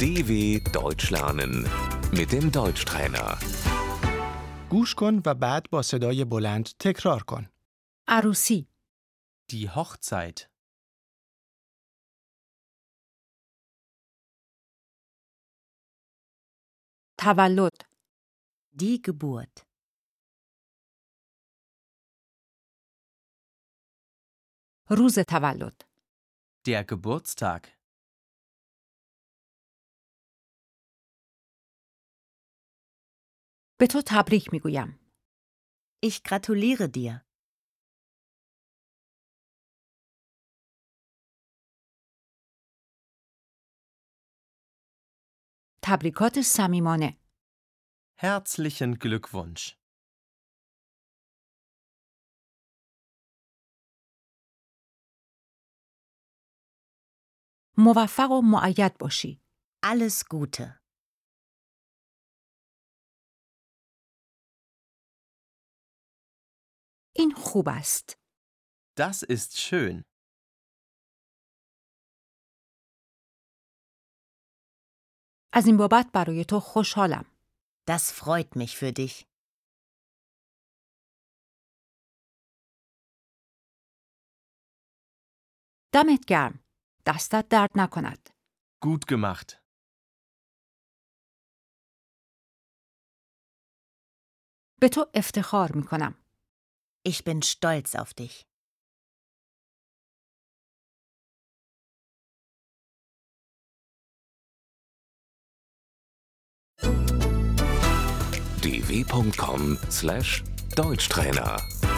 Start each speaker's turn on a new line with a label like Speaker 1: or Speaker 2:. Speaker 1: DW Deutsch lernen mit dem Deutschtrainer.
Speaker 2: گوش کن و بعد با صدای بلند تکرار کن.
Speaker 3: عروسی
Speaker 4: Die Hochzeit.
Speaker 3: تولد دی گبورت روز تولد
Speaker 4: Der Geburtstag.
Speaker 3: به تو تبریک میگویم
Speaker 5: Ich gratuliere dir.
Speaker 3: تبریکات صمیمانه
Speaker 4: Herzlichen Glückwunsch.
Speaker 3: موفق و معید باشی
Speaker 5: Alles Gute.
Speaker 3: این خوب است
Speaker 4: Das ist schön.
Speaker 3: از این بابت برای تو خوشحالم
Speaker 5: Das freut mich für dich.
Speaker 3: دمت گرم دستت درد نکند
Speaker 4: Gut gemacht.
Speaker 3: به تو افتخار میکنم
Speaker 5: Ich bin stolz auf dich.
Speaker 1: dw.com/deutschtrainer